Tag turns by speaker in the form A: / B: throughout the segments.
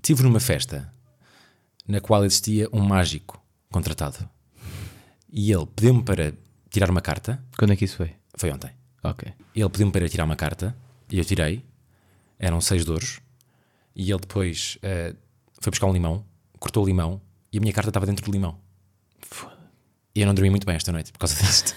A: Estive numa festa na qual existia um mágico contratado e ele pediu-me para tirar uma carta.
B: Quando é que isso foi?
A: Foi ontem.
B: Ok.
A: Ele pediu-me para tirar uma carta e eu tirei. Eram seis douros. E ele depois eh, foi buscar um limão, cortou o limão e a minha carta estava dentro do limão. E eu não dormi muito bem esta noite por causa disto.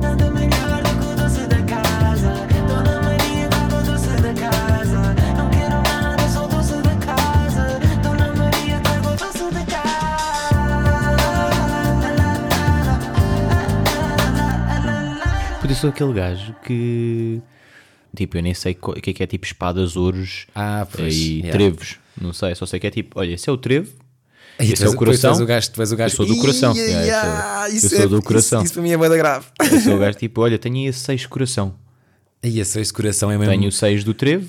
C: Nada melhor do que o doce da casa. Dona Maria dá o doce da casa. Não quero nada, só o doce da casa. Dona Maria dá o doce da casa.
B: Por isso sou aquele gajo que. Tipo, eu nem sei co- o que é que é tipo espadas, ouros
A: Ah, pois,
B: e
A: yeah.
B: trevos. Não sei, só sei que é tipo, olha, esse é o trevo,
A: E
B: esse é o
A: depois-
B: coração.
A: depois o gajo, depois o gajo.
B: Eu sou do coração.
A: Ih,
B: Yeah, eu sou-
A: ah,
B: eu
A: isso
B: sou
A: é-
B: do
A: isso-
B: coração.
A: Isso, para mim é boa grave. Uhum.
B: esse é o gajo tipo, olha, tenho aí seis coração.
A: E esse, esse coração é mesmo.
B: Tenho seis do trevo,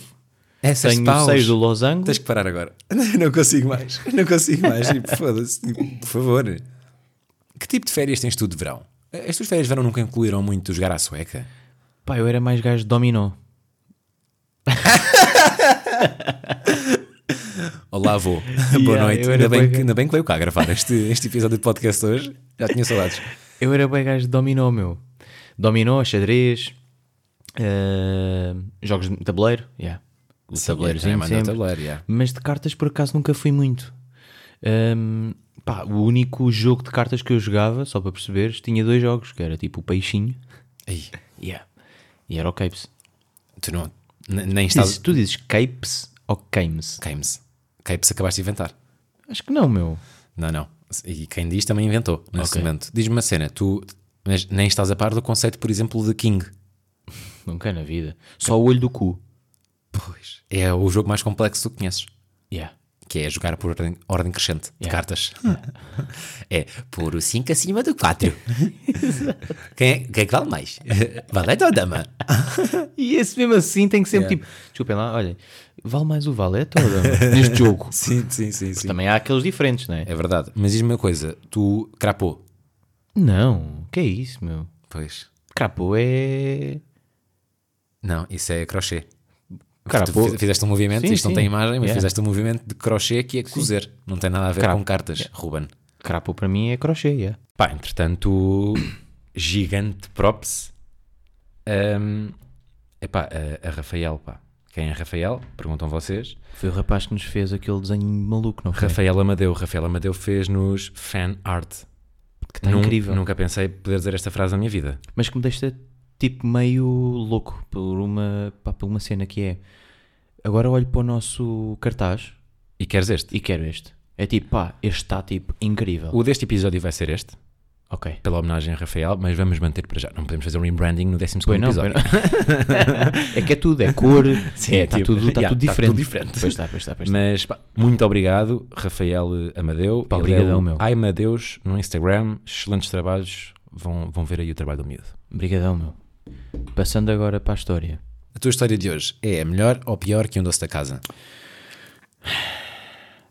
A: é seis
B: tenho
A: paus.
B: seis do losango.
A: Tens que parar agora. Não consigo mais. Não consigo mais. Tipo, Foda-se. Tipo, Por favor. Que tipo de férias tens tu de verão? As tuas férias de verão nunca incluíram muito jogar à sueca?
B: Pá, eu era mais gajo de dominó.
A: Olá, avô. Boa
B: Yeah,
A: noite.
B: eu
A: Ainda
B: era
A: bem,
B: bué
A: que,
B: ga-
A: ainda bem que veio cá gravar este, este episódio de podcast hoje. Já tinha saudades.
B: Eu era bem gajo de dominó, meu. Dominó, xadrez, eh, jogos de tabuleiro, yeah. O
A: é,
B: tabuleirozinho
A: mano,
B: sempre.
A: tabuleiro, yeah.
B: Mas de cartas por acaso nunca fui muito. Ahm, pá, o único jogo de cartas que eu jogava, só para perceberes, tinha dois jogos, que era tipo o peixinho
A: Ei,
B: yeah. e era o Capes.
A: tu não. n- Nem
B: Tu dizes,
A: estás.
B: tu dizes Capes ou Cames?
A: Cames. Cames acabaste de inventar.
B: Acho que não, meu.
A: Não, não. E quem diz também inventou nesse
B: Ok.
A: momento. Diz-me uma cena. Tu mas nem estás a par do conceito, por exemplo, de King.
B: Nunca na vida. Só o olho do cu.
A: Pois. É o jogo mais complexo que tu conheces.
B: Yeah.
A: que é jogar por ordem, ordem crescente de cartas. é por o 5 acima do 4. quem, é, quem é que vale mais? Valete ou dama?
B: E esse mesmo assim tem que ser tipo, desculpem lá, olha, vale mais o valete ou não? neste jogo?
A: Sim, sim, sim,
B: Também há aqueles diferentes, não é?
A: É verdade. Mas diz-me uma coisa, tu crapou.
B: Não, que é isso, meu?
A: Pois.
B: Crapô é.
A: Não, isso é crochê.
B: Crapô.
A: Tu fi- fizeste um movimento,
B: Sim,
A: isto não
B: sim.
A: tem imagem, mas
B: Yeah.
A: fizeste um movimento de crochê que é cozer. Não tem nada a ver
B: Crap-
A: com cartas, Ruben.
B: Crapô para mim é crochê, yeah.
A: Pá, entretanto, gigante props. Ahm, epá, a, a Rafael, pá. Quem é Rafael? Perguntam vocês.
B: Foi o rapaz que nos fez aquele desenho maluco, não foi?
A: Rafael Amadeu. Rafael Amadeu fez-nos fan art.
B: que está
A: Nun-
B: Tá incrível.
A: Nunca pensei poder dizer esta frase na minha vida.
B: Mas que me deixa tipo meio louco por uma, pá, por uma cena que é. Agora olho para o nosso cartaz
A: E queres este?
B: e quero este. É tipo, pá, este está tipo incrível.
A: O deste episódio vai ser este,
B: Ok.
A: pela homenagem a Rafael, mas vamos manter para já. Não podemos fazer um rebranding no 12
B: Pois
A: segundo
B: não,
A: episódio.
B: pois não. é que é tudo, é cor,
A: Sim,
B: é, tá
A: tipo,
B: tudo, tá
A: yeah,
B: tudo
A: tá
B: diferente.
A: tudo diferente.
B: Pois está, pois está, pois tá. está.
A: Mas pá, muito obrigado, Rafael Amadeu.
B: Pá,
A: Ele é
B: obrigadão,
A: o
B: meu.
A: Ai Amadeus no Instagram. Excelentes trabalhos. Vão, vão ver aí o trabalho do miúdo.
B: Obrigadão, meu. Passando agora para a história.
A: A tua história de hoje é melhor ou pior que um doce da casa?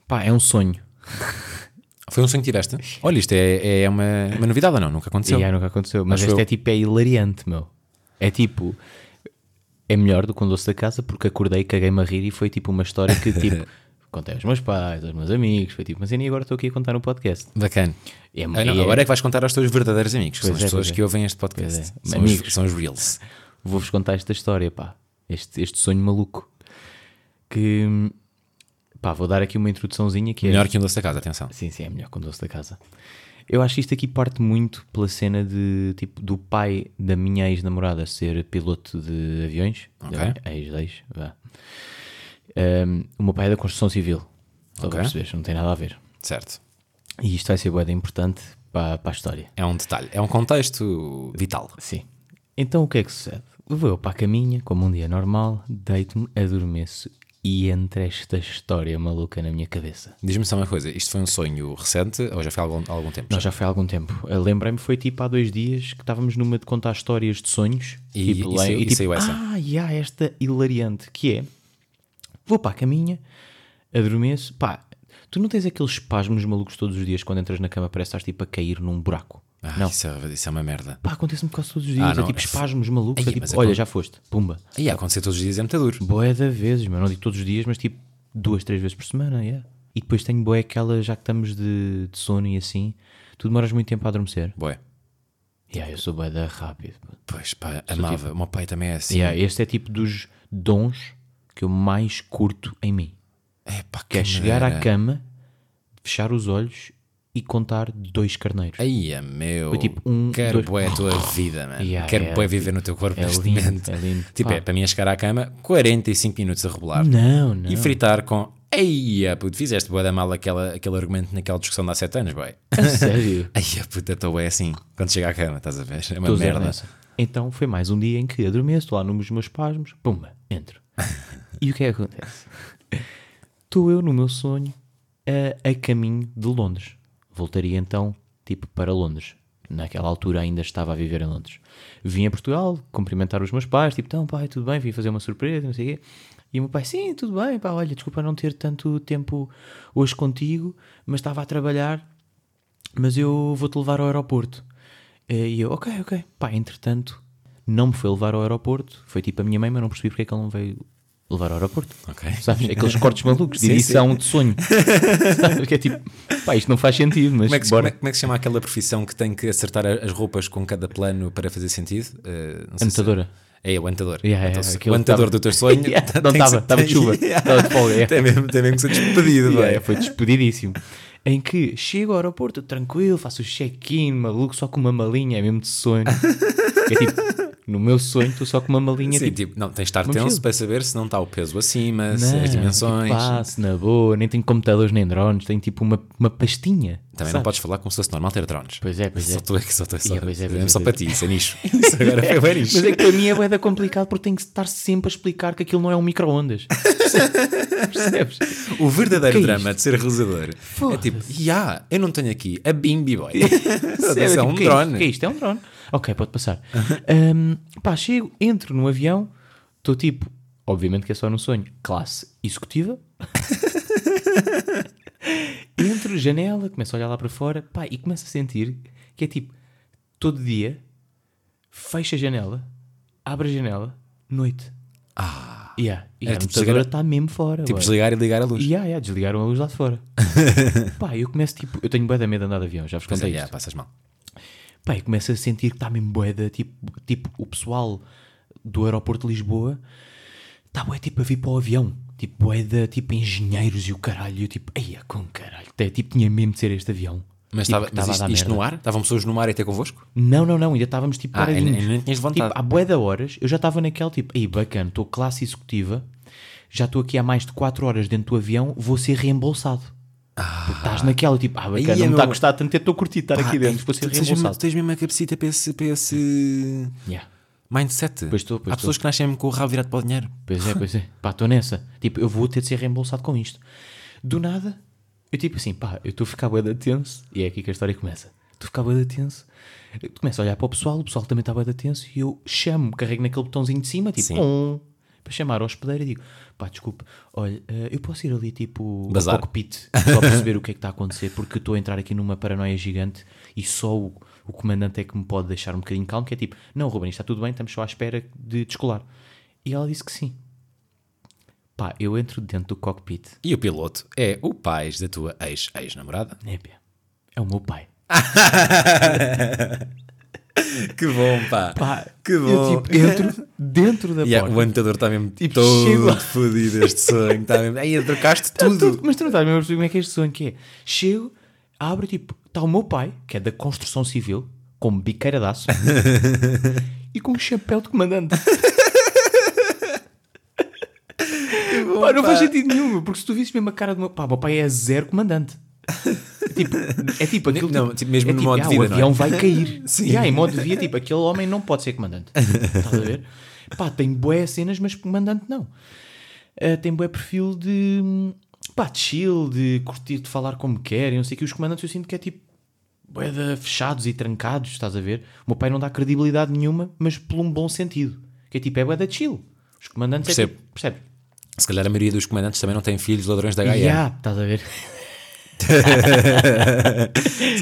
B: Pá, é um sonho.
A: Foi um sonho que tiveste? Olha, isto é, é uma, uma novidade ou não? Nunca
B: E
A: aconteceu.
B: aí nunca aconteceu. Mas
A: Acho
B: este
A: eu.
B: é tipo, é hilariante, meu. É tipo, é melhor do que um doce da casa porque acordei, caguei-me a rir e foi tipo uma história que tipo, contei aos meus pais, aos meus amigos, foi tipo, mas e agora estou aqui a contar no podcast.
A: Bacana.
B: É,
A: Ah, não,
B: é-
A: Agora é que vais contar aos teus verdadeiros amigos, que são as
B: Pois é,
A: pessoas
B: pois é.
A: que ouvem este podcast.
B: Pois é.
A: São, os,
B: Amigos.
A: são os Reels.
B: Vou-vos contar esta história, pá. Este, este sonho maluco. Que, pá, vou dar aqui uma introduçãozinha que é...
A: Melhor que um doce da casa, atenção.
B: Sim, sim, é melhor com doce da casa. Eu acho que isto aqui parte muito pela cena de, tipo, do pai da minha ex-namorada ser piloto de aviões.
A: Ok.
B: Ex-ex, vá. Ahm, o meu pai é da construção civil. Só
A: Ok.
B: para perceberes, não tem nada a ver.
A: Certo.
B: E isto vai ser boeda importante para, para a história.
A: É um detalhe, é um contexto vital.
B: Sim. Então o que é que sucede? Vou eu para a caminha, como um dia normal, deito-me, adormeço e entra esta história maluca na minha cabeça.
A: Diz-me só uma coisa, isto foi um sonho recente ou já foi há algum, há algum tempo?
B: Não, já foi há algum tempo. Eu Lembrei-me, foi tipo há dois dias que estávamos numa de contar histórias de sonhos.
A: E-
B: tipo,
A: e
B: lá-
A: saiu- e
B: tipo,
A: saiu essa?
B: Ah, e há esta hilariante que é: vou para a caminha, adormeço. Pá, tu não tens aqueles espasmos malucos todos os dias quando entras na cama, parece que estás tipo a cair num buraco.
A: Ah,
B: não.
A: Isso, é, isso é uma merda.
B: Pá, acontece-me quase todos os dias.
A: Ah, não,
B: é tipo
A: é f-
B: espasmos malucos.
A: Ai,
B: é tipo,
A: mas é
B: olha,
A: com-
B: já foste. Pumba.
A: E acontecer todos os dias é muito duro.
B: Boé da vezes, meu. Não digo todos os dias, mas tipo duas, três vezes por semana, yeah. E depois tenho boé aquela, já que estamos de, de sono e assim, tu demoras muito tempo a adormecer.
A: Boé.
B: Yeah, eu sou bué da rápido. pô.
A: Pois pá, amava.
B: tipo.
A: O meu pai também é assim.
B: Yeah, este é tipo dos dons que eu mais curto em mim.
A: É pá,
B: Que é chegar à
A: maneira.
B: cama, fechar os olhos e contar dois carneiros.
A: Ai, é meu.
B: tipo, um,
A: quero
B: dois-
A: bué a tua vida, mano.
B: Yeah,
A: quero
B: é,
A: bué viver no teu corpo
B: é
A: neste
B: lindo,
A: momento.
B: é lindo.
A: Tipo,
B: Pá.
A: é, para mim é chegar à cama, 45 minutos a rebolar.
B: Não, não.
A: E fritar com. Ei, puto, fizeste bué da mal aquela, aquele argumento naquela discussão de há 7 anos, boy.
B: A sério.
A: Ai, puta, estou é assim. Quando chega à cama, estás a ver? É uma
B: Estou zero
A: merda.
B: nessa. Então foi mais um dia em que adormeço, estou lá nos meus pasmos, pumba, entro. e o que é que acontece? Estou eu no meu sonho a, a caminho de Londres. Voltaria então, tipo, para Londres. Naquela altura ainda estava a viver em Londres. Vim a Portugal cumprimentar os meus pais, tipo, então pai, tudo bem, vim fazer uma surpresa, não sei o quê. E o meu pai, sim, tudo bem, pá, olha, desculpa não ter tanto tempo hoje contigo, mas estava a trabalhar mas eu vou-te levar ao aeroporto. Eh, E eu, ok, ok. Pá, entretanto, não me foi levar ao aeroporto. Foi tipo a minha mãe, mas não percebi porque é que ele não veio levar ao aeroporto.
A: Ok.
B: Sabes? Aqueles cortes malucos de
A: Sim,
B: edição de sonho. Sabes? Que é tipo, pá, isto não faz sentido, mas
A: Como é, que, se-
B: bora.
A: como é- como é que se chama aquela profissão que tem que acertar a- as roupas com cada plano para fazer sentido? Eh, não sei se-
B: Anotadora.
A: É, o antador.
B: Yeah, yeah,
A: Então, se-
B: aquele
A: o antador
B: tava-
A: do teu sonho.
B: Yeah,
A: tem
B: não
A: que
B: estava,
A: ser-
B: estava de chuva, estava de folga. yeah.
A: Tem mesmo, tem mesmo que ser despedido,
B: Yeah,
A: vai.
B: é, foi despedidíssimo. em que chego ao aeroporto tranquilo, faço o check-in, maluco, só com uma malinha, é mesmo de sonho. É tipo, no meu sonho estou só com uma malinha,
A: Sim,
B: tipo,
A: tipo, não, tens de estar
B: Uma
A: tenso
B: mochila.
A: para saber se não está o peso acima, se
B: Não,
A: as dimensões.
B: tipo, passe na boa, nem tenho computadores nem drones, tenho tipo uma, uma pastinha.
A: Também não
B: sabe?
A: podes falar como se fosse normal ter drones.
B: Pois é, pois
A: só
B: é.
A: tu é que só, tu é só,
B: Yeah, pois é, pois é,
A: só
B: pois
A: para ti, isso é nicho. Isso agora foi bem nicho.
B: Mas é que para mim é bué da complicado porque tenho que estar sempre a explicar que aquilo não é um micro-ondas. Percebes?
A: O verdadeiro
B: Que é
A: drama de ser realizador é
B: Foda-se.
A: tipo, yeah, eu não tenho aqui a Bimbi Boy.
B: Percebes?
A: Isso é
B: Tipo,
A: um
B: que isto?
A: drone.
B: que é isto? É um drone. Ok, pode passar. Ahm, pá, chego, entro no avião, estou tipo, obviamente que é só num sonho, classe executiva. entro, janela, começo a olhar lá para fora, pá, e começo a sentir que é tipo, todo dia, fecha a janela, abre a janela, noite. Ah, yeah. e
A: É
B: a
A: tipo
B: computadora
A: desligar-
B: está mesmo fora.
A: Tipo,
B: bué.
A: desligar e ligar a luz.
B: Yeah, yeah, desligaram a luz lá de fora. pá, eu começo tipo, eu tenho bué da medo de andar de avião, já vos
A: Pois é,
B: contei isto.
A: yeah, passas mal.
B: Pá, e começo a sentir que está mesmo boeda, tipo, tipo, o pessoal do aeroporto de Lisboa está boé tipo a vir para o avião. Tipo, boeda, tipo, engenheiros e o caralho. e Eu, tipo, eia, com caralho. Até, tipo, tinha mesmo de ser este avião.
A: Mas,
B: tipo,
A: estava,
B: que
A: mas
B: estava a
A: isto,
B: dar
A: isto
B: merda.
A: no ar? Estavam pessoas no ar até convosco?
B: Não, não, não, ainda estávamos tipo
A: Ah,
B: paradinhos.
A: ainda- ainda não tinhas vontade.
B: Tipo, há bué da horas, eu já estava naquela tipo, aí bacana, estou classe executiva, já estou aqui há mais de 4 horas dentro do avião, vou ser reembolsado. Porque estás naquela tipo, ah, bacana,
A: Ah. Aí é
B: não me está a
A: meu-
B: gostar tanto, eu estou a curtir estar aqui dentro, vou ser
A: Ah, tu, tens mesmo,
B: reembolsado.
A: tu tens mesmo a cabecita para esse, para esse
B: Yeah.
A: mindset.
B: Pois estou, pois
A: Há pessoas que nascem mesmo com o rabo virado para o dinheiro.
B: Pois é, pois é. Pá, estou nessa. Tipo, eu vou ter de ser reembolsado com isto. Do nada, eu tipo assim, pá, eu estou a ficar bué da tenso. E é aqui que a história começa. Estou a ficar bué da tenso. Eu Começo a olhar para o pessoal, o pessoal também está bué da tenso. E eu chamo, carrego naquele botãozinho de cima, tipo,
A: Sim.
B: um, para chamar ao hospedeiro e digo, pá, desculpe, olha, eh, eu posso ir ali, tipo,
A: Bazar.
B: ao cockpit, só perceber o que é que está a acontecer, porque estou a entrar aqui numa paranoia gigante e só o, o comandante é que me pode deixar um bocadinho calmo, que é tipo, não, Ruben, isto está tudo bem, estamos só à espera de descolar. E ela disse que sim. Pá, eu entro dentro do cockpit.
A: E o piloto é o pai da tua ex- ex-namorada.
B: Népia. É o meu pai.
A: que bom, pá. que bom.
B: Eu tipo, entro dentro da
A: Yeah, é, o
B: porta.
A: anotador está mesmo
B: Tipo, chego lá. Tá
A: todo fodido este sonho. Está mesmo... Aí trocaste tudo.
B: Tudo, Mas Ah, tu não estás mesmo a perceber como é que é este sonho que é. Chego, abro tipo, está o meu pai, que é da construção civil, com biqueira de aço e com um chapéu de comandante. Pá, não faz sentido nenhum, meu, porque se tu visses mesmo a cara do meu pá, o meu pai é zero comandante. Tipo, é tipo aquilo.
A: Não, tipo, mesmo
B: é
A: no modo de
B: ah,
A: vida,
B: O
A: não é?
B: avião vai cair.
A: Sim.
B: Yeah, em modo de vida, tipo, aquele homem não pode ser comandante. Estás a ver? Pá, tem boé cenas, mas comandante não. Ah, tem bué perfil de hum, pá, de chill, de curtir, de falar como querem, não sei o que. Os comandantes eu sinto que é tipo bué de fechados e trancados, estás a ver? O meu pai não dá credibilidade nenhuma, mas por um bom sentido. Que é tipo, é bué da chill. Os comandantes
A: Percebo.
B: é tipo, percebes?
A: Se calhar a maioria dos comandantes também não tem filhos ladrões da HM.
B: Yeah, estás a ver?
A: Se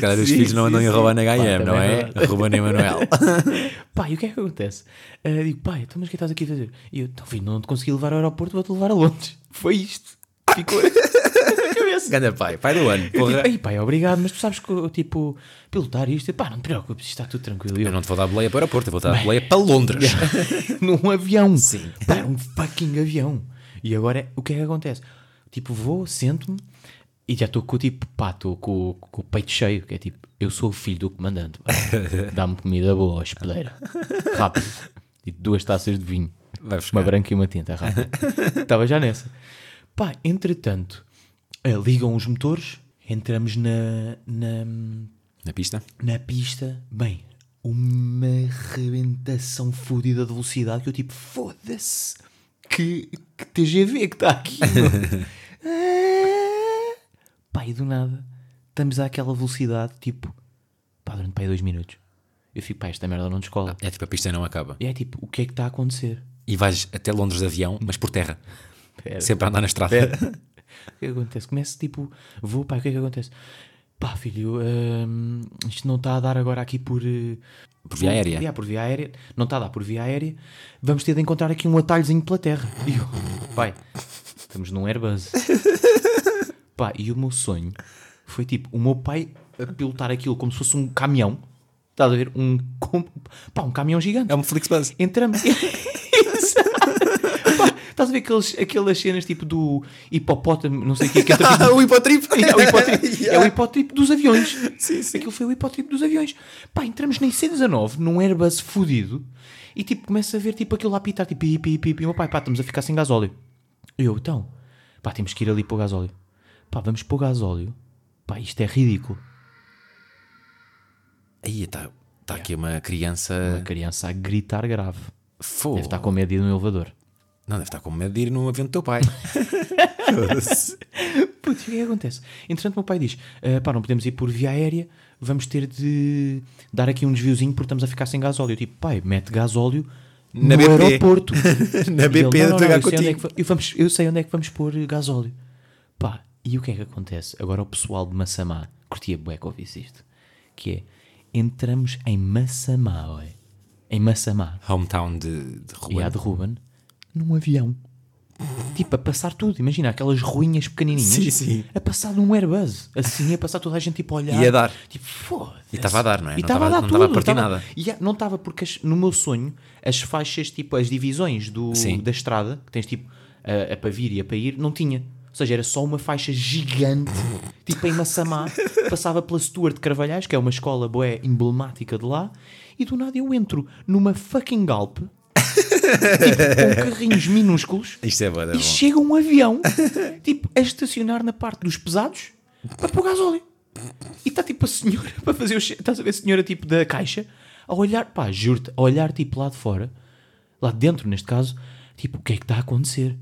A: calhar os
B: Sim,
A: filhos não
B: sim,
A: andam
B: sim.
A: a roubar na
B: Pá,
A: HM, não
B: também
A: é?
B: é verdade.
A: Roubam na Emanuel.
B: Pá, e o que é que acontece? Ah, digo, pai, então, mas o que é que estás aqui a fazer? E eu, então, filho, não te consegui levar ao aeroporto, vou-te levar a Londres. Foi isto. ficou na cabeça.
A: Ganda pai, pai do ano.
B: Eu
A: Porra.
B: tipo, Ei, pai, obrigado, mas tu sabes que eu, tipo, pilotar isto, pá, não te preocupes, está tudo tranquilo. E
A: Eu
B: Eu,
A: não te vou dar boleia para o aeroporto, eu vou dar boleia para Londres.
B: num avião. Sim. Pá, um fucking avião. E agora, o que é que acontece? Tipo, vou, sento-me e já estou com, o tipo, pá, estou com, o- com o peito cheio, que é tipo, eu sou o filho do comandante, pá. dá-me comida boa, hospedeira, rápido. Tipo, duas taças de vinho.
A: Vai
B: Uma
A: buscar.
B: branca e uma tinta, rápido. Estava já nessa. Pá, entretanto, eh, ligam os motores, entramos na, na,
A: Na pista?
B: na pista, bem, uma arrebentação fodida de velocidade que eu tipo, foda-se, que, que TGV é que está aqui. meu. Ah! pá, e do nada, estamos àquela velocidade, tipo, pá, durante pá, aí dois minutos. Eu fico, pá, esta merda não descola.
A: É tipo, a pista não acaba.
B: E é tipo, o que é que está a acontecer?
A: E vais até Londres de avião, mas por terra.
B: Pera.
A: Sempre a andar na estrada.
B: O que é que acontece? Começo tipo, vou, pá, o que é que acontece? Pá, filho, hum, isto não está a dar agora aqui por. eh,
A: Por via aérea.
B: por via aérea. Não está a dar por via aérea. Vamos ter de encontrar aqui um atalhozinho pela terra. E eu, pai, estamos num Airbus. pá, e o meu sonho foi tipo, o meu pai a pilotar aquilo como se fosse um caminhão. Estás a ver? Um, com- pá, um caminhão gigante
A: É um Flixbus.
B: entramos. Exato. Pá, Estás a ver aqueles, aquelas cenas tipo do hipopótamo, não sei o que, que entra, tipo,
A: o hipotrip!
B: é o hipotripo, é o hipotripo dos aviões.
A: Sim, sim.
B: Aquilo foi o hipotripo dos aviões. Pá, entramos na IC19, num Airbus fudido, e tipo, começa a ver tipo aquilo lá pitar, tipo, pi, pi, pi, pi. Meu pai, pá, estamos a ficar sem gasóleo. E Eu, então, pá, temos que ir ali para o gasóleo. Pá, vamos para o gasóleo. Pá, isto é ridículo.
A: Aí está tá aqui uma criança.
B: A criança a gritar grave.
A: Fô.
B: Deve tá- estar com medo de ir no elevador.
A: Não, deve estar com medo de ir no avião do teu pai.
B: Putz, o que é que acontece? Entretanto, o meu pai diz: "Ah, pá, não podemos ir por via aérea, vamos ter de dar aqui um desviozinho porque estamos a ficar sem gasóleo. Eu, tipo, pai, mete gasóleo
A: Na
B: no
A: BP.
B: aeroporto.
A: Na
B: E
A: BP
B: ele, não, não,
A: do
B: não, eu,
A: Gacotinho.
B: sei onde é que va- eu vamos- eu sei onde é que vamos pôr eh, gasóleo. Pá, e o que é que acontece? Agora o pessoal de Massamá, curtia bué que ouvisse isto, que é, entramos em Massamá, ué. em Massamá,
A: Hometown de, de Ruben.
B: e há de Ruben, num avião. Tipo, a passar tudo. Imagina, aquelas ruinhas pequenininhas.
A: Sim, sim.
B: A passar num Airbus. Assim, a passar toda a gente, tipo, a olhar.
A: E a dar.
B: Tipo, foda
A: E estava a dar, não é?
B: E
A: Não
B: estava a
A: estava-
B: dar
A: não
B: tudo.
A: estava a partir
B: estava-
A: nada.
B: E a- não estava, porque as- no meu sonho, as faixas, tipo, as divisões do,
A: Sim.
B: da estrada, que tens, tipo, a, a para vir e a para ir, não tinha. Ou seja, era só uma faixa gigante, tipo em Massamá, passava pela Stuart Carvalhais, que é uma escola boé emblemática de lá, e do nada eu entro numa fucking Galp, tipo, com carrinhos minúsculos,
A: Isto é boa, é
B: e
A: bom.
B: chega um avião, tipo, a estacionar na parte dos pesados para pôr gasóleo. E está tipo a senhora para fazer o cheiro. Estás a ver a senhora tipo da caixa a olhar, pá, juro-te, a olhar tipo lá de fora, lá de dentro neste caso, tipo, o que é que está a acontecer?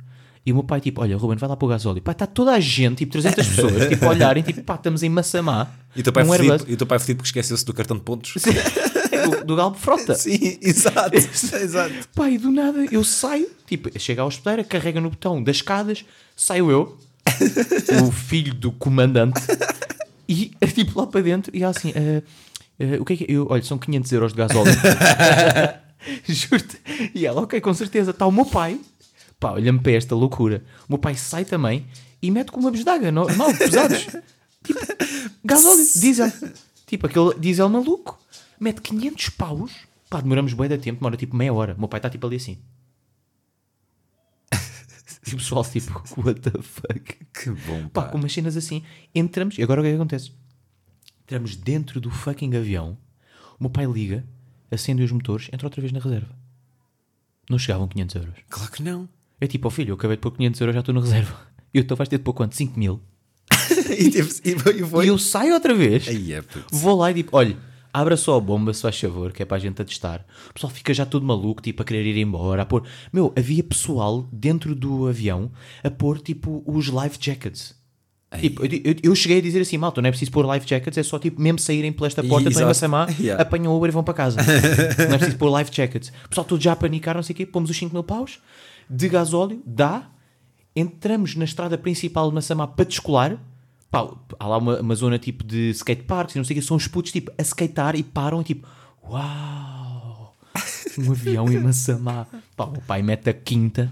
B: E o meu pai, tipo, olha, Ruben, vai lá para o gasóleo. Pá, está toda a gente, tipo, 300 pessoas, tipo, a olharem, tipo, pá, estamos em Massamá.
A: E o teu pai
B: num
A: fudido
B: Airbus.
A: e o teu pai fudido porque esqueceu-se do cartão de pontos.
B: do, do Galbo Frota.
A: Sim, exato. é exato.
B: Pá, e do nada eu saio, tipo, chega à hospedeira, carrega no botão das escadas, saio eu, o filho do comandante, e é tipo lá para dentro, e ela assim, "Ah, ah, o que é que é? Eu, olha, são 500 euros de gasóleo. Juro-te. E ela, ok, com certeza, está o meu pai, pá, olha-me para esta loucura. O meu pai sai também e mete com uma besdaga, não, não pesados. tipo, gasóleo, diesel. Tipo, aquele diesel maluco. Mete 500 paus. Pá, demoramos bem da tempo, demora tipo meia hora. O meu pai está tipo ali assim. e o pessoal tipo, what the fuck?
A: Que bom,
B: Pá,
A: pá.
B: com umas cenas assim. Entramos, e agora o que é que acontece? Entramos dentro do fucking avião. O meu pai liga, acende os motores, entra outra vez na reserva. Não chegavam 500 euros.
A: Claro que não.
B: É tipo, ó filho, eu acabei de pôr 500 euros, já estou na reserva. E eu, tu vais ter de pôr quanto? 5 mil?
A: E, teve- e foi- e
B: E
A: foi.
B: eu saio outra vez.
A: Aí é, puto.
B: Vou lá e tipo, olha, abra só a bomba, se faz favor, que é para a gente a testar. O pessoal fica já todo maluco, tipo, a querer ir embora, a pôr... Meu, havia pessoal dentro do avião a pôr, tipo, os life jackets. Tipo, eu, eu- eu cheguei a dizer assim, malta, não é preciso pôr life jackets, é só, tipo, mesmo saírem pela esta porta, estão em
A: Exato.
B: Massamá,
A: Yeah.
B: apanham o Uber e vão para casa. não é preciso pôr life jackets. O pessoal todo já a panicar, não sei o quê, pomos os 5 mil paus de gasóleo, dá, entramos na estrada principal de Massamá para descolar, pá, há lá uma, uma zona tipo de skateparks e não sei o quê, são os putos tipo a skatear e param e tipo, uau, um avião em Massamá. Pá, o meu pai mete a quinta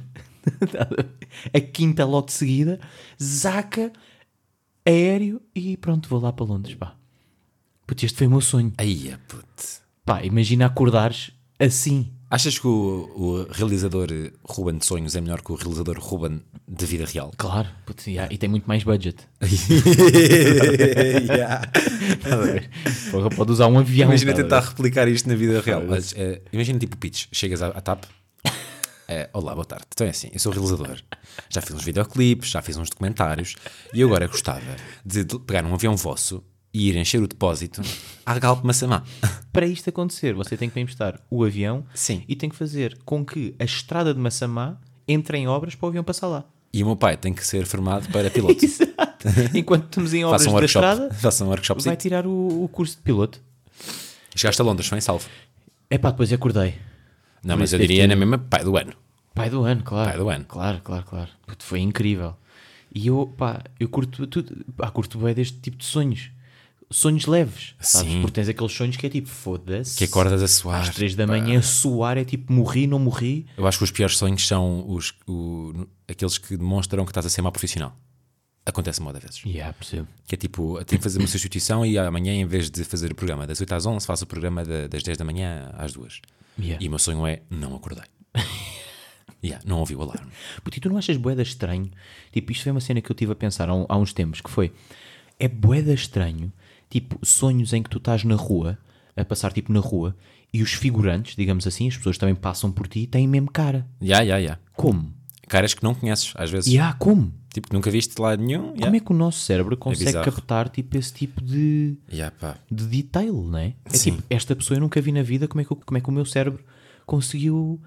B: a quinta logo de seguida, zaca, aéreo e pronto, vou lá para Londres, pá. Puto, este foi o meu sonho.
A: Aí, é puto.
B: Pá, imagina acordares assim.
A: Achas que o, o realizador Ruben de sonhos é melhor que o realizador Ruben de vida real?
B: Claro, puto, yeah, e tem muito mais budget.
A: Yeah.
B: Estás a ver? Porra, pode usar um avião.
A: Imagina
B: estás a
A: tentar
B: ver?
A: replicar isto na vida real. Mas, eh, imagina tipo pitch, chegas à, à TAP. eh, Olá, boa tarde. Então é assim, eu sou realizador. Já fiz uns videoclipes, já fiz uns documentários e agora gostava de de pegar um avião vosso e ir encher o depósito à Galp Massamá.
B: Para isto acontecer, você tem que me emprestar o avião
A: Sim.
B: e tem que fazer com que a estrada de Massamá entre em obras para o avião passar lá.
A: E o meu pai tem que ser formado para piloto.
B: Exato. Enquanto estamos em obras
A: Faça um
B: da estrada,
A: workshop. Faça um workshop.
B: vai tirar o, o curso de piloto.
A: Chegaste a Londres, foi em salvo.
B: É pá, depois acordei.
A: Não,
B: Por
A: mas
B: isso
A: eu
B: tens
A: diria
B: que-
A: na mesma pai do ano.
B: Pai do ano, claro.
A: Pai do ano.
B: Claro, claro, claro. Puto, foi incrível. E eu, pá, eu curto tudo. Pá, curto bem deste tipo de sonhos. Sonhos leves. Sabes?
A: Sim.
B: Porque tens aqueles sonhos que é tipo, foda-se.
A: Que acordas a suar.
B: Às três da manhã, suar é tipo, morri, não morri.
A: Eu acho que os piores sonhos são os, o- aqueles que demonstram que estás a ser mau profissional. Acontece-me bué de vezes.
B: Yeah, percebo.
A: Que é tipo, tenho que fazer uma substituição e amanhã, em vez de fazer o programa das 8 às 11, faço o programa da- das 10 da manhã às 2.
B: Yeah.
A: E o meu sonho é não acordei. yeah, não ouvi o alarme.
B: Puto, e tu não achas boeda estranho? Tipo, isto foi uma cena que eu tive a pensar há, um- há uns tempos, que foi, é boeda estranho, tipo, sonhos em que tu estás na rua, a passar tipo na rua, e os figurantes, digamos assim, as pessoas também passam por ti e têm mesmo cara.
A: Yeah, yeah, yeah.
B: Como?
A: Caras que não conheces, às vezes.
B: E há como?
A: Tipo, que nunca viste lá nenhum. Yeah.
B: Como é que o nosso cérebro consegue
A: bizarro.
B: captar tipo esse tipo de,
A: Yeah, pá.
B: de detail, não é? É
A: Sim.
B: tipo, esta pessoa eu nunca vi na vida, como é que, eu- como é que o meu cérebro conseguiu,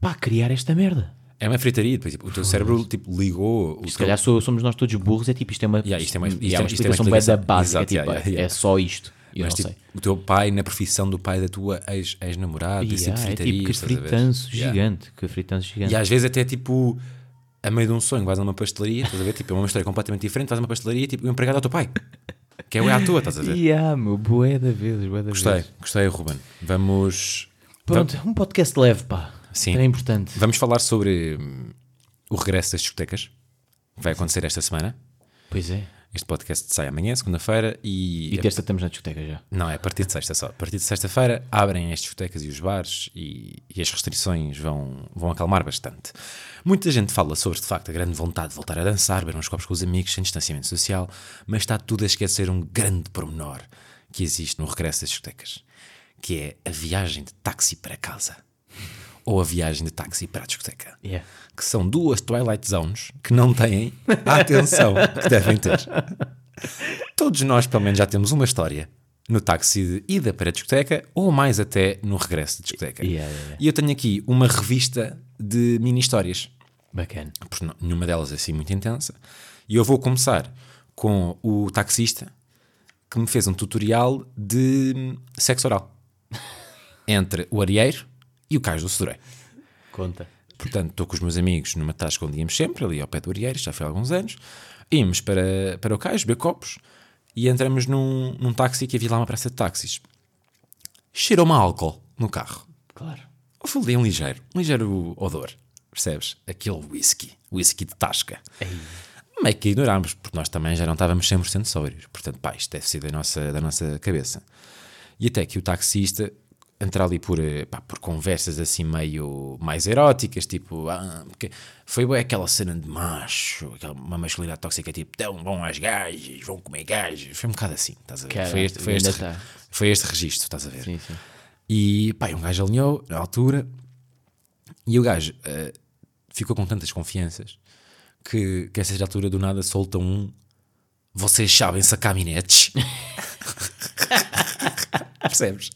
B: pá, criar esta merda?
A: É uma fritaria. Depois, tipo, o teu cérebro tipo, ligou o
B: Se
A: teu
B: calhar sou- somos nós todos burros, é tipo, isto é uma,
A: um Yeah, isto é uma-
B: isto
A: yeah,
B: é uma
A: isto é uma
B: explicação bué da
A: explicação.
B: básica,
A: Exato,
B: tipo,
A: yeah, yeah,
B: é
A: yeah.
B: só isto. Eu
A: Mas
B: não
A: tipo,
B: sei.
A: o teu pai na profissão do pai da tua ex- ex-namorada, esse tipo
B: Yeah,
A: de
B: é
A: fritaria.
B: tipo que
A: estás a ver?
B: fritanço
A: Yeah.
B: gigante, que fritanço gigante.
A: E às vezes até tipo, a meio de um sonho, vais a uma pastelaria, estás a ver? Tipo, é uma história completamente diferente, vais a uma pastelaria tipo, o empregado é o teu pai. Que é o é à tua, estás a ver?
B: Yeah, meu, bué da vez, bué da
A: Gostei,
B: vez.
A: gostei, Ruben. Vamos,
B: Pronto, um podcast leve, pá.
A: Sim.
B: Era importante.
A: vamos falar sobre hum, o regresso das discotecas. Vai acontecer esta semana.
B: Pois é.
A: Este podcast sai amanhã, segunda-feira, e, é
B: E terça estamos na discoteca já.
A: Não, é a partir de sexta só. A partir de sexta-feira abrem as discotecas e os bares e, e as restrições vão, vão acalmar bastante. Muita gente fala sobre, de facto, a grande vontade de voltar a dançar, beber uns copos com os amigos, sem distanciamento social, mas está tudo a esquecer um grande pormenor que existe no regresso das discotecas, que é a viagem de táxi para casa ou a viagem de táxi para a discoteca
B: Yeah.
A: que são duas Twilight Zones que não têm a atenção que devem ter. Todos nós, pelo menos, já temos uma história no táxi de ida para a discoteca ou mais até no regresso de discoteca.
B: Yeah, yeah, yeah.
A: E eu tenho aqui uma revista de mini histórias,
B: Bacana.
A: porque não- nenhuma delas é assim muito intensa. E eu vou começar com o taxista que me fez um tutorial de hum, sexo oral entre o Arieiro e o Cais do Sodré.
B: Conta.
A: Portanto, estou com os meus amigos numa tasca onde íamos sempre, ali ao pé do Arieiro, já foi há alguns anos. Íamos para, para o cais, beber copos, e entramos num, num táxi que havia lá uma praça de táxis. Cheirou-me a álcool no carro.
B: Claro.
A: Houve ali um ligeiro, um ligeiro odor, percebes? Aquele whisky, whisky de tasca. Meio que ignorámos, porque nós também já não estávamos 100% sóbrios. Portanto, pá, isto deve ser da nossa, da nossa cabeça. E até que o taxista entra ali por, eh, pá, por conversas assim meio mais eróticas, tipo, ah, porque foi bué aquela cena de macho, aquela, uma masculinidade tóxica, tipo, tão bom às gajas, vão comer gajas. Foi um bocado assim, estás a ver?
B: Cara,
A: foi, este, foi, este,
B: ainda tá.
A: foi este registro, estás a ver?
B: Sim, sim.
A: E pá, e um gajo alinhou na altura e o gajo eh, ficou com tantas confianças que, que a certa altura do nada solta um vocês sabem sacar minetes. Percebes?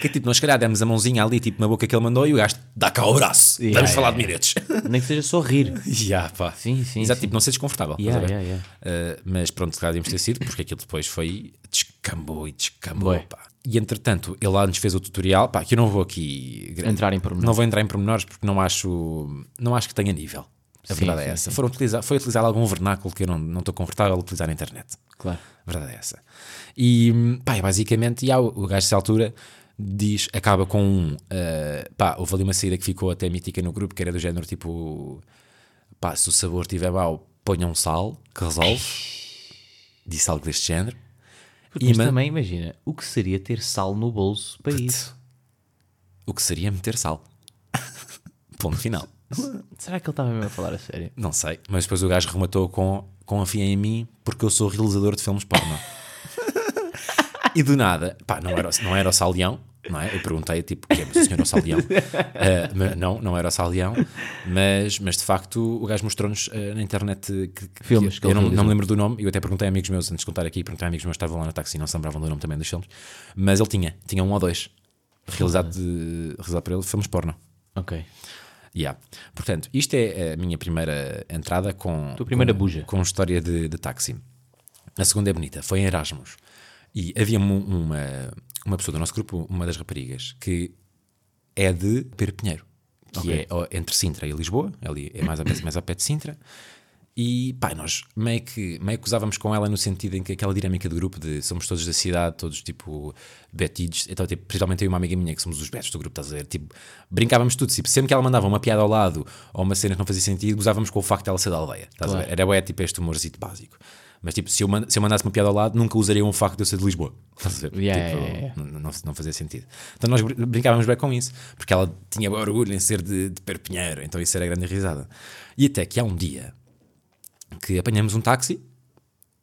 A: Que é tipo, nós se calhar demos a mãozinha ali, tipo na boca que ele mandou e o gajo dá cá o braço.
B: Yeah,
A: Vamos falar
B: yeah,
A: de minetes.
B: Nem que seja só rir.
A: Ya, pá.
B: Sim, sim,
A: Exato,
B: sim.
A: tipo, não ser desconfortável. estás
B: Yeah,
A: a ver?
B: yeah, yeah.
A: Uh, mas pronto, se calhar devíamos ter sido, porque aquilo depois foi descambou e descambou.
B: Bué.
A: pá. E entretanto, ele lá nos fez o tutorial, pá, que eu não vou aqui grande-
B: Entrar em pormenores.
A: Não vou entrar em pormenores porque não acho, não acho que tenha nível. A
B: Sim,
A: verdade é
B: sim,
A: essa. Foram utilizar, foi utilizar algum vernáculo que eu não não estou confortável a utilizar na internet.
B: Claro.
A: é A verdade é essa. E, pá, e basicamente, e há o o gajo dessa altura diz, acaba com um, eh, pá, houve ali uma saída que ficou até mítica no grupo, que era do género tipo, pá, se o sabor estiver mau, ponham sal, que resolve. Disse algo deste género.
B: Porque
A: E
B: mas
A: ma-
B: também imagina, o que seria ter sal no bolso para isso?
A: O que seria meter sal. Ponto final.
B: Será que ele estava mesmo a falar a sério?
A: Não sei, mas depois o gajo rematou com confiem em mim porque eu sou realizador de filmes porno. e do nada, pá, não era, o- não era o Salião, não é? Eu perguntei, tipo, que é, mas o senhor é o Salião? Ah, mas não, não era o Salião, mas, mas de facto o gajo mostrou-nos ah, na internet que, que-
B: Filmes que
A: eu
B: ele
A: não, não
B: realizou.
A: me lembro do nome, eu até perguntei a amigos meus, antes de contar aqui, perguntei a amigos meus que estavam lá no táxi e não se lembravam do nome também dos filmes, mas ele tinha, tinha um ou dois, realizado, de, realizado por ele, filmes porno.
B: Ok.
A: Yeah. Portanto, isto é a minha primeira entrada com.
B: Tua primeira
A: com,
B: buja.
A: Com história de, de táxi. A segunda é bonita, foi em Erasmus. E havia mu- uma, uma pessoa do nosso grupo, uma das raparigas, que é de Perpinheiro, que é ó, entre Sintra e Lisboa, ali é mais a pé, mais a pé de Sintra. E pá, nós meio que, meio que usávamos com ela no sentido em que aquela dinâmica de grupo de somos todos da cidade, todos tipo betidos, então tipo, principalmente eu e uma amiga minha que somos os betos do grupo, estás a ver? Tipo, brincávamos tudo, tipo, sempre que ela mandava uma piada ao lado ou uma cena que não fazia sentido, gozávamos com o facto de ela ser da aldeia, estás a ver? Era bué, tipo este humorzito básico. Mas tipo, se eu, man- se eu mandasse uma piada ao lado, nunca usaria um facto de eu ser de Lisboa, estás a ver?
B: Yeah,
A: tipo,
B: yeah, yeah.
A: não- Não, não fazia sentido. Então nós br- brincávamos bem com isso, porque ela tinha bué orgulho em ser de, de Perpinheiro, então isso era grande risada. E até que há um dia que apanhamos um táxi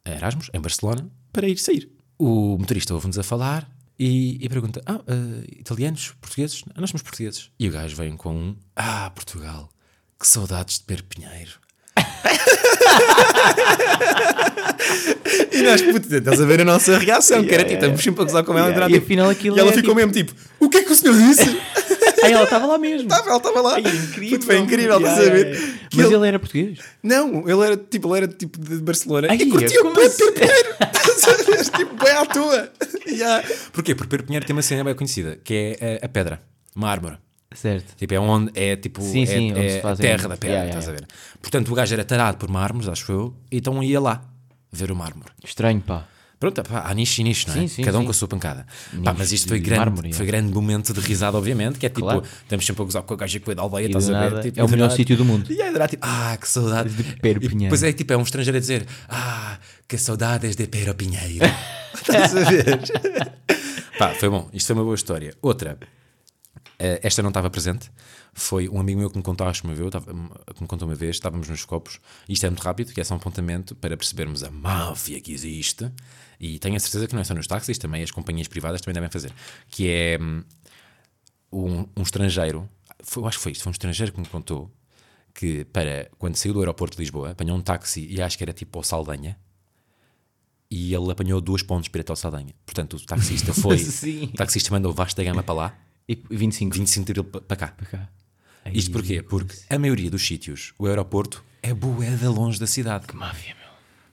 A: a Erasmus, em Barcelona, para ir sair. O motorista ouve-nos a falar e, e pergunta: Ah, eh, italianos, portugueses? Ah, Nós somos portugueses. E o gajo vem com um: Ah, Portugal, que saudades de Perpinheiro. e nós, putz, estás a ver a nossa reação, que era tipo, estamos sempre a gozar com ela.
B: Yeah,
A: entrar,
B: e
A: tipo,
B: afinal aquilo
A: e ela
B: é,
A: ficou mesmo tipo: O que é que o senhor disse?
B: Aí ela Ah, estava lá mesmo.
A: Estava, ela estava lá.
B: Ai, é incrível.
A: Puto, foi incrível,
B: Yeah,
A: estás a ver?
B: yeah, yeah.
A: Que
B: Mas
A: ele-
B: ele era português.
A: Não, ele era tipo, ele era tipo de Barcelona.
B: Ai,
A: e curtia
B: como
A: o Pedro
B: assim?
A: Perpinheiro. Estás a ver? tipo, bem à toa. Yeah. Porquê? Porque Perpinheiro tem uma cena bem conhecida, que é eh, a, pedra, uma árvore.
B: Certo.
A: Tipo, é onde é tipo
B: Sim,
A: é,
B: sim, onde
A: é
B: se
A: a
B: fazem-
A: terra da pedra,
B: Yeah, yeah,
A: estás a ver? Portanto, o gajo era tarado por mármores, acho eu, então ia lá ver o mármore.
B: Estranho, pá.
A: Pronto, pá, há nicho e nicho, não é?
B: Sim, sim,
A: Cada um
B: sim.
A: com a sua pancada. Pá, mas isto foi
B: e
A: grande,
B: mármore,
A: foi grande momento de risada, obviamente, que é tipo,
B: Claro.
A: estamos sempre a gozar com o gajo que foi da aldeia,
B: E
A: estás
B: do
A: a ver?
B: nada,
A: Tipo,
B: é o
A: e
B: melhor
A: nada-
B: sítio do mundo.
A: E aí era tipo, ah, que saudades.
B: De
A: E
B: Perpinheiro.
A: Depois é tipo, é um estrangeiro a dizer, ah, que saudades de Pero Pinheiro. estás a ver? Pá, foi bom, isto foi uma boa história. Outra, eh, esta não estava presente. Foi um amigo meu que me contou, acho que me viu, estava- hum, que me contou uma vez, estávamos nos copos. Isto é muito rápido, que é só um apontamento para percebermos a máfia que existe. E tenho a certeza que não é só nos táxis, também as companhias privadas também devem fazer. Que é hum, um, um estrangeiro, foi- eu acho que foi isto, foi um estrangeiro que me contou que para quando saiu do aeroporto de Lisboa apanhou um táxi e acho que era tipo ao Saldanha e ele apanhou duas pontes para ir até ao Saldanha. Portanto, o taxista foi.
B: Sim.
A: o taxista mandou vasta gama para lá.
B: E 25.
A: 25 de abril pa- para cá.
B: Para cá.
A: Isto porquê? Porque a maioria dos sítios, o aeroporto, é boeda longe da cidade.
B: Máfia, meu.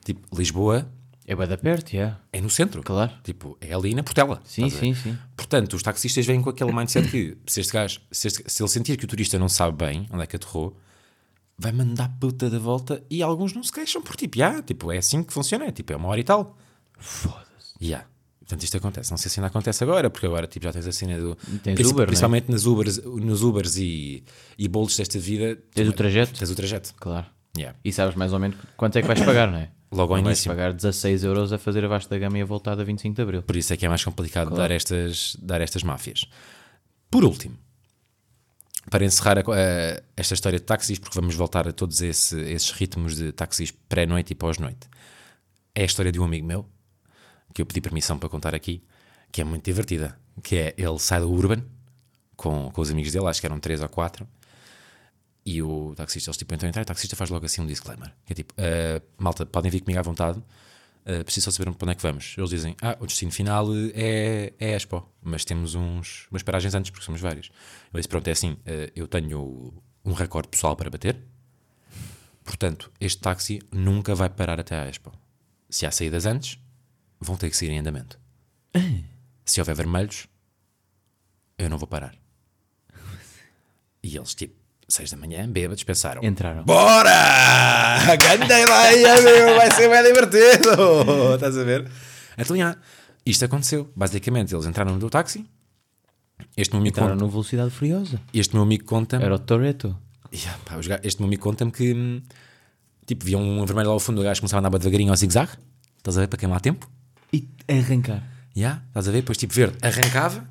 A: Tipo, Lisboa
B: É bué da perto, yeah.
A: é no centro.
B: Claro.
A: Tipo, é ali na Portela.
B: Sim,
A: Estás a ver?
B: sim, sim.
A: Portanto, os taxistas vêm com aquele mindset que se este gajo, se, este- se ele sentir que o turista não sabe bem onde é que aterrou, vai mandar puta da volta e alguns não se queixam por tipo, "Ya, tipo, é assim que funciona, é, tipo, é uma hora e tal.
B: Foda-se.
A: Yeah. Portanto, isto acontece. Não sei se ainda acontece agora, porque agora tipo, já tens a cena do.
B: Tens
A: princip-
B: Uber, não é?
A: principalmente nas Ubers, nos Ubers e, e bolos desta vida.
B: Tens o
A: tu-
B: trajeto?
A: Tens o trajeto.
B: Claro.
A: Yeah.
B: E sabes mais ou menos quanto é que vais pagar, não é?
A: Logo ao
B: Não
A: início.
B: Vais pagar 16 euros a fazer a vasta gama e a voltada a 25 de abril.
A: Por isso é que é mais complicado dar, estas, dar estas máfias. Por último, para encerrar a co- a- esta história de táxis, porque vamos voltar a todos esse- esses ritmos de táxis pré-noite e pós-noite, é a história de um amigo meu, que eu pedi permissão para contar aqui, que é muito divertida. Que é, ele sai do Urban com, com os amigos dele, acho que eram três ou quatro, e o taxista, eles tipo, então entrar, o taxista faz logo assim um disclaimer, que é tipo, "Ah, malta, podem vir comigo à vontade, ah, preciso só saber para onde é que vamos. Eles dizem, ah, o destino final é, é Expo, mas temos uns, umas paragens antes, porque somos vários. Eu disse, pronto, é assim, ah, eu tenho um recorde pessoal para bater, portanto, este táxi nunca vai parar até à Expo. Se há saídas antes, vão ter que sair em andamento. Se houver vermelhos, eu não vou parar. E eles, tipo, seis da manhã, bêbados, pensaram:
B: Entraram.
A: Bora! Ganda ideia, meu! Vai ser bem divertido! Estás a ver? Então, já, isto aconteceu. Basicamente, eles entraram no táxi, Este meu amigo,
B: Entraram
A: conta-
B: no Velocidade Furiosa.
A: este meu amigo conta-me.
B: Era o Toretto.
A: Ya, pá, os ga- este meu amigo conta-me que hum, tipo, via um vermelho lá ao fundo, o gajo começava a andar devagarinho ao zigue-zague, estás a ver, para queimar tempo.
B: E arrancar.
A: Ya, estás a ver? Depois, tipo, verde, arrancava.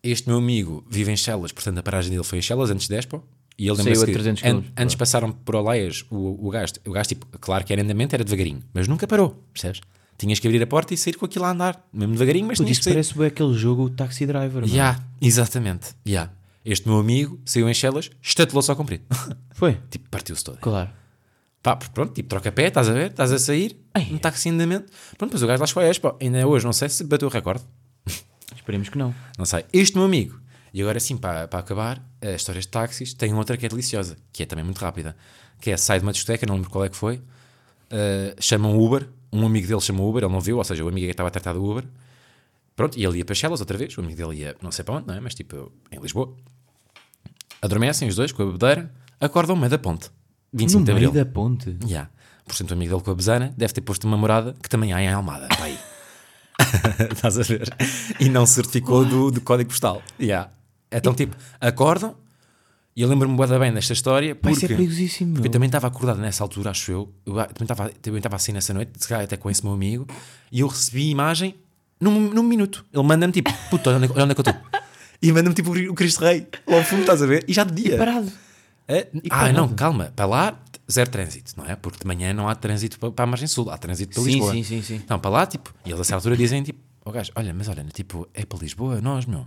A: Este meu amigo vive em Chelas, portanto a paragem dele foi em Chelas, antes de Expo. E ele
B: Saiu
A: lembra-se
B: a
A: que
B: 300
A: an-
B: quilómetros por
A: antes passaram por Oleias o, o gajo. O gajo, tipo, claro que era em andamento, era devagarinho, mas nunca parou, percebes? Tinhas que abrir a porta e sair com aquilo a andar, mesmo devagarinho, mas
B: Por
A: tinhas
B: isso
A: que sair.
B: parece bem aquele jogo o Taxi Driver. é? mano.
A: Ya, exatamente. ya. Este meu amigo saiu em Chelas, estatelou-se ao comprido.
B: Foi?
A: tipo, partiu-se todo.
B: Claro.
A: Pá, porque pronto, tipo, troca pé, estás a ver? Estás a sair, um táxi em andamento. Pronto, mas o gajo lá chegou a Expo. Ainda hoje, não sei se bateu o recorde.
B: Esperemos que não.
A: Não sei. Este meu amigo. E agora sim, para, para acabar, as histórias de táxis, tem outra que é deliciosa, que é também muito rápida, que é sai de uma discoteca, não lembro qual é que foi, eh, chama um Uber, um amigo dele chama Uber, ele não viu, ou seja, o amigo é que estava a tratar do Uber, pronto, e ele ia para Chelas outra vez, o amigo dele ia, não sei para onde, não é, mas tipo, em Lisboa. Adormecem os dois com a bebedeira, acordam no meio da ponte, 25
B: no
A: de
B: meio
A: Abril.
B: da ponte.
A: Ya. Por exemplo, o amigo dele com a Besana deve ter posto uma morada que também há em Almada. pá aí. Estás a ver? E não certificou do, do código postal. Ya. Então, tipo, acordam. E eu lembro-me bué da bem desta história
B: Vai
A: porque,
B: ser perigosíssimo.
A: porque eu
B: meu.
A: também estava acordado nessa altura, acho eu. Eu a- também estava, também estava assim nessa noite, se calhar até com esse meu amigo. E eu recebi a imagem num, num minuto. Ele manda-me tipo, puto, olha onde, é que- olha onde é que eu estou. E manda-me tipo o Cristo Rei, lá ao fundo, estás a ver? E já de dia.
B: Parado.
A: É, ah,
B: para
A: não, calma, para lá zero trânsito, não é? Porque de manhã não há trânsito para, para a margem sul, há trânsito para
B: Sim,
A: Lisboa.
B: sim, sim, sim.
A: Não, para lá, tipo, e eles a certa altura dizem, tipo, o gajo, olha, mas olha, tipo, é para Lisboa, nós, meu,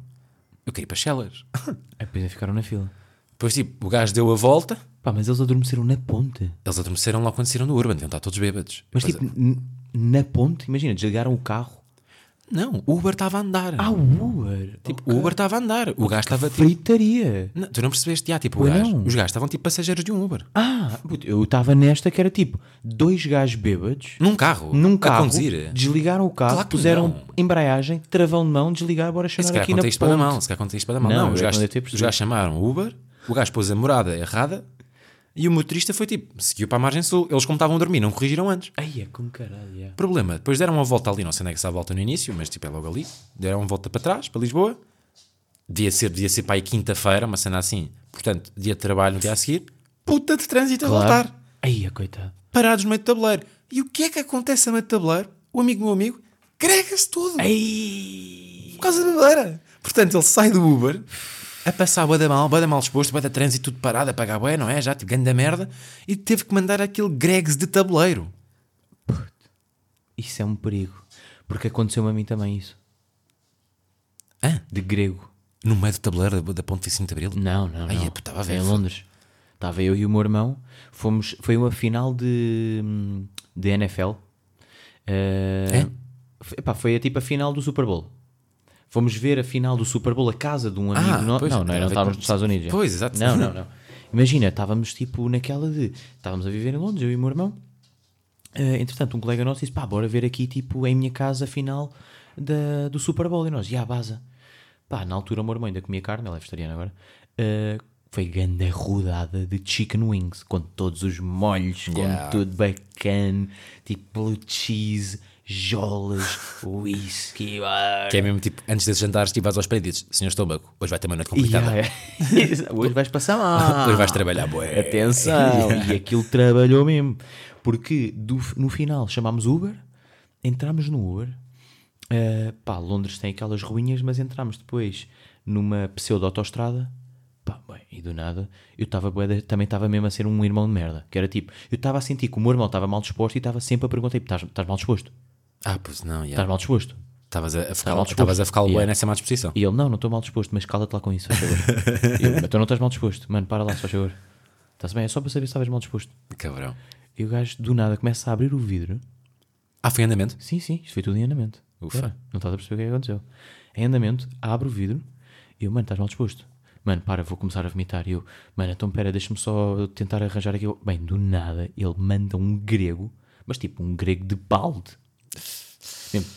A: eu queria ir para Chelas.
B: É, pois é, ficaram na fila.
A: Depois, tipo, o gajo deu a volta,
B: Pá, mas eles adormeceram na ponte.
A: eles adormeceram lá quando saíram do Urban, deviam estar todos bêbados.
B: Mas
A: Depois,
B: tipo, n- na ponte, imagina, desligaram o carro.
A: não, o Uber estava a andar.
B: Ah, o Uber.
A: tipo, o Uber estava a andar, o gajo estava, tipo,
B: Fritaria.
A: não, tu não percebeste, ah, tipo, o
B: Pois
A: gajo,
B: não.
A: os gajos estavam, tipo, passageiros de um Uber,
B: Ah, puto, eu estava nesta que era tipo, dois gajos bêbados,
A: num carro,
B: num
A: a
B: carro,
A: conduzir.
B: desligaram o carro,
A: Claro que
B: puseram
A: não.
B: embreagem, travão de mão, desligaram, bora
A: Se
B: chamar
A: calhar
B: aqui na
A: contei
B: ponte.
A: isto para dar mal, se calhar contei isto para dar mal. Não,
B: Não,
A: os,
B: eu tipo
A: gajos,
B: não devia ter
A: os gajos chamaram Uber, o gajo pôs a morada errada e o motorista foi tipo, seguiu para a margem sul. Eles, como estavam a dormir, não corrigiram antes.
B: Ai, é com caralho, é.
A: Problema, depois deram uma volta ali, não sei onde é que se dá a volta no início, mas tipo é logo ali. Deram uma volta para trás, para Lisboa. Devia ser, devia ser para aí quinta-feira, uma cena assim. Portanto, dia de trabalho no dia a seguir. Puta de trânsito a voltar
B: Ai, é coitado.
A: parados no meio do tabuleiro. E o que é que acontece a meio do tabuleiro? O amigo do meu amigo grega-se todo. Por causa da bebedeira. Portanto, ele sai do Uber a passar bué da mal, bué da mal exposto, bué da trânsito, tudo parado, a pagar bué, não é? Já, tipo, grande merda. E teve que mandar aquele gregs de tabuleiro.
B: Isso é um perigo. Porque aconteceu-me a mim também isso.
A: Hã?
B: De grego.
A: No meio do tabuleiro da, da Ponte 25 de Abril?
B: Não, não,
A: Ai,
B: não.
A: é, pô, tava a ver,
B: Em
A: foda.
B: Londres. Estava eu e o meu irmão. Fomos, foi uma final de, de NFL. Eh,
A: É?
B: f- epá, foi a, tipo a final do Super Bowl. Fomos ver a final do Super Bowl, a casa de um amigo.
A: Ah,
B: no-
A: pois,
B: não, não,
A: tem a
B: não
A: ver
B: estávamos
A: com-
B: nos Estados Unidos. é.
A: Pois, exato.
B: Não, não, não. Imagina, estávamos tipo naquela de. Estávamos a viver em Londres, eu e o meu irmão. Eh, entretanto, um colega nosso disse: pá, bora ver aqui, tipo, em minha casa a final da, do Super Bowl. E nós, e a baza. Pá, na altura, o meu irmão ainda comia carne, ela é vegetariana agora. Eh, foi grande rodada de chicken wings, com todos os molhos,
A: Yeah.
B: com tudo bacana, tipo blue cheese, jolas, whisky. ah.
A: Que é mesmo tipo, antes desses jantares, tipo, vais aos prédios e dizes, senhor estômago, hoje vai ter uma noite complicada.
B: Yeah. é. Hoje vais passar mal.
A: Hoje vais trabalhar, bué.
B: É Atenção! E aquilo trabalhou mesmo. Porque do- no final chamámos Uber, entramos no Uber. eh, pá, Londres tem aquelas ruínas, mas entramos depois numa pseudo-autostrada. Pá, bem, e do nada, eu estava bué da- também estava mesmo a ser um irmão de merda. Que era tipo, eu estava a sentir que o meu irmão estava mal disposto e estava sempre a perguntar: tipo, estás estás mal disposto?
A: Ah, pois não,
B: Estás
A: yeah.
B: mal disposto?
A: Estavas a, a ficar,
B: Tá. mal disposto.
A: estavas a ficar bué
B: Yeah.
A: nessa má disposição.
B: E ele, não, não estou mal disposto, mas cala-te lá com isso, faz favor. E eu, então não estás mal disposto, mano, para lá, se faz favor. Está-se bem, é só para saber se estavas mal disposto.
A: Cabrão.
B: E o gajo, do nada, começa a abrir o vidro.
A: Ah, foi em andamento?
B: Sim, sim, isto foi tudo em andamento.
A: Ufa.
B: Agora, não estás a perceber o que é que aconteceu. Em andamento, abre o vidro e eu, mano, estás mal disposto. Mano, para, vou começar a vomitar. E eu, mano, então pera, deixa-me só tentar arranjar aqui. Bem, do nada, ele manda um grego, mas tipo um grego de balde. Mesmo,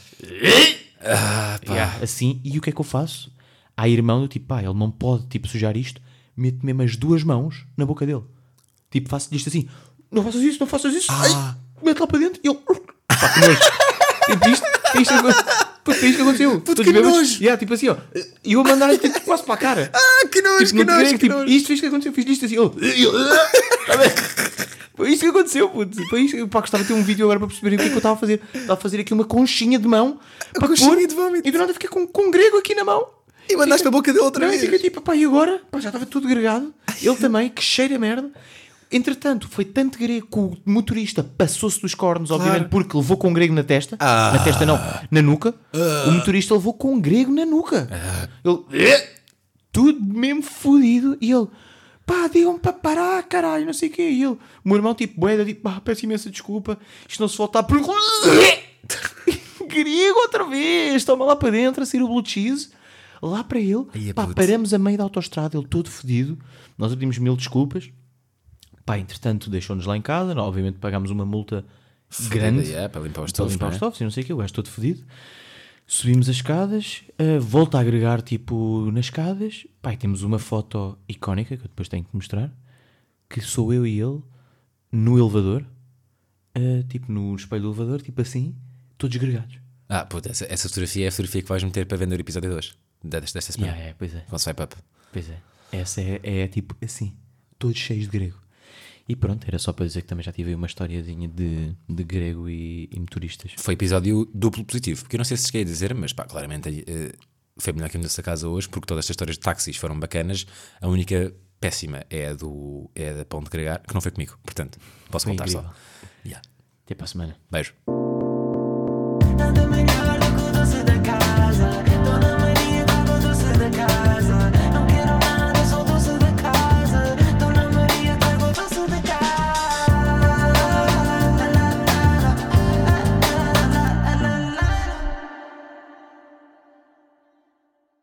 A: Ah, pá.
B: Yeah, assim, e o que é que eu faço? Há irmão do tipo, pá, ele não pode tipo, sujar isto, meto mesmo as duas mãos na boca dele. Tipo, faço-lhe isto assim, não faças isso,
A: Ah.
B: não faças isso, ai, mete lá para dentro, e ele, pá, que nojo. tipo isto, isto é uma- Puto, foi isto que aconteceu.
A: Puto,
B: Todos
A: que
B: bêbados.
A: nojo.
B: Yeah, tipo assim, ó. E eu a mandar tipo, quase para a cara.
A: Ah, que nojo,
B: Tipo, não te vê, tipo, isto foi isto que aconteceu, fiz isto assim. ele-
A: "Ah!"
B: Tá bem? Foi isto que aconteceu, puto. Foi isto. Pá, gostava de ter um vídeo agora para perceberem o que é que eu estava a fazer. Estava a fazer aqui uma conchinha de mão. para
A: conchinha
B: pôr,
A: de vómito.
B: E do nada fiquei com, com um grego aqui na mão.
A: E mandaste a boca dele outra
B: Não,
A: vez.
B: eu fiquei tipo, pá, e agora? Pá, já estava tudo gregado. Ele também, que cheira a merda. Entretanto, foi tanto grego que o motorista passou-se dos cornos, obviamente, porque levou com um grego na testa.
A: Ah.
B: Na testa não, na nuca. O motorista levou com um grego na nuca.
A: Ah.
B: Ele, "Eh", tudo mesmo fodido. E ele, pá, digam para parar, caralho, não sei o quê. E ele, o meu irmão, tipo, boeda, tipo, pá, peço imensa desculpa. Isto não se voltar por... grego outra vez. Toma lá para dentro a sair o blue cheese. Lá para ele,
A: Ia,
B: pá,
A: putz.
B: paramos a meio da autostrada, ele todo fodido. Nós lhe pedimos mil desculpas. Pá, entretanto, deixou-nos lá em casa. Nós, obviamente, pagámos uma multa grande
A: É, para limpar os
B: para
A: todos,
B: limpar
A: não
B: os
A: é?
B: tofos e não sei o que, o gajo todo fodido. Subimos as escadas, ah, volta a agregar tipo nas escadas. Pá, e temos uma foto icónica que eu depois tenho que mostrar. Que sou eu e ele no elevador, ah, tipo no espelho do elevador, tipo assim, todos gregados.
A: Ah, puta, essa, essa fotografia é a fotografia que vais meter para vender o episódio 2 desta, desta semana.
B: Yeah, é, pois é.
A: Com swipe up.
B: Pois é. Essa é, é tipo assim, todos cheios de grego. E pronto, era só para dizer que também já tive aí uma historiazinha de, de grego e, e motoristas.
A: Foi episódio duplo positivo, porque eu não sei se cheguei a dizer, mas pá, claramente eh, foi melhor que a mudança casa hoje, porque todas estas histórias de táxis foram bacanas. A única péssima é a, do, é a da Pão de Gregar, que não foi comigo, portanto, posso contar só.
B: incrível.
A: Yeah.
B: Até para a semana.
A: Beijo.
C: Tanta manhã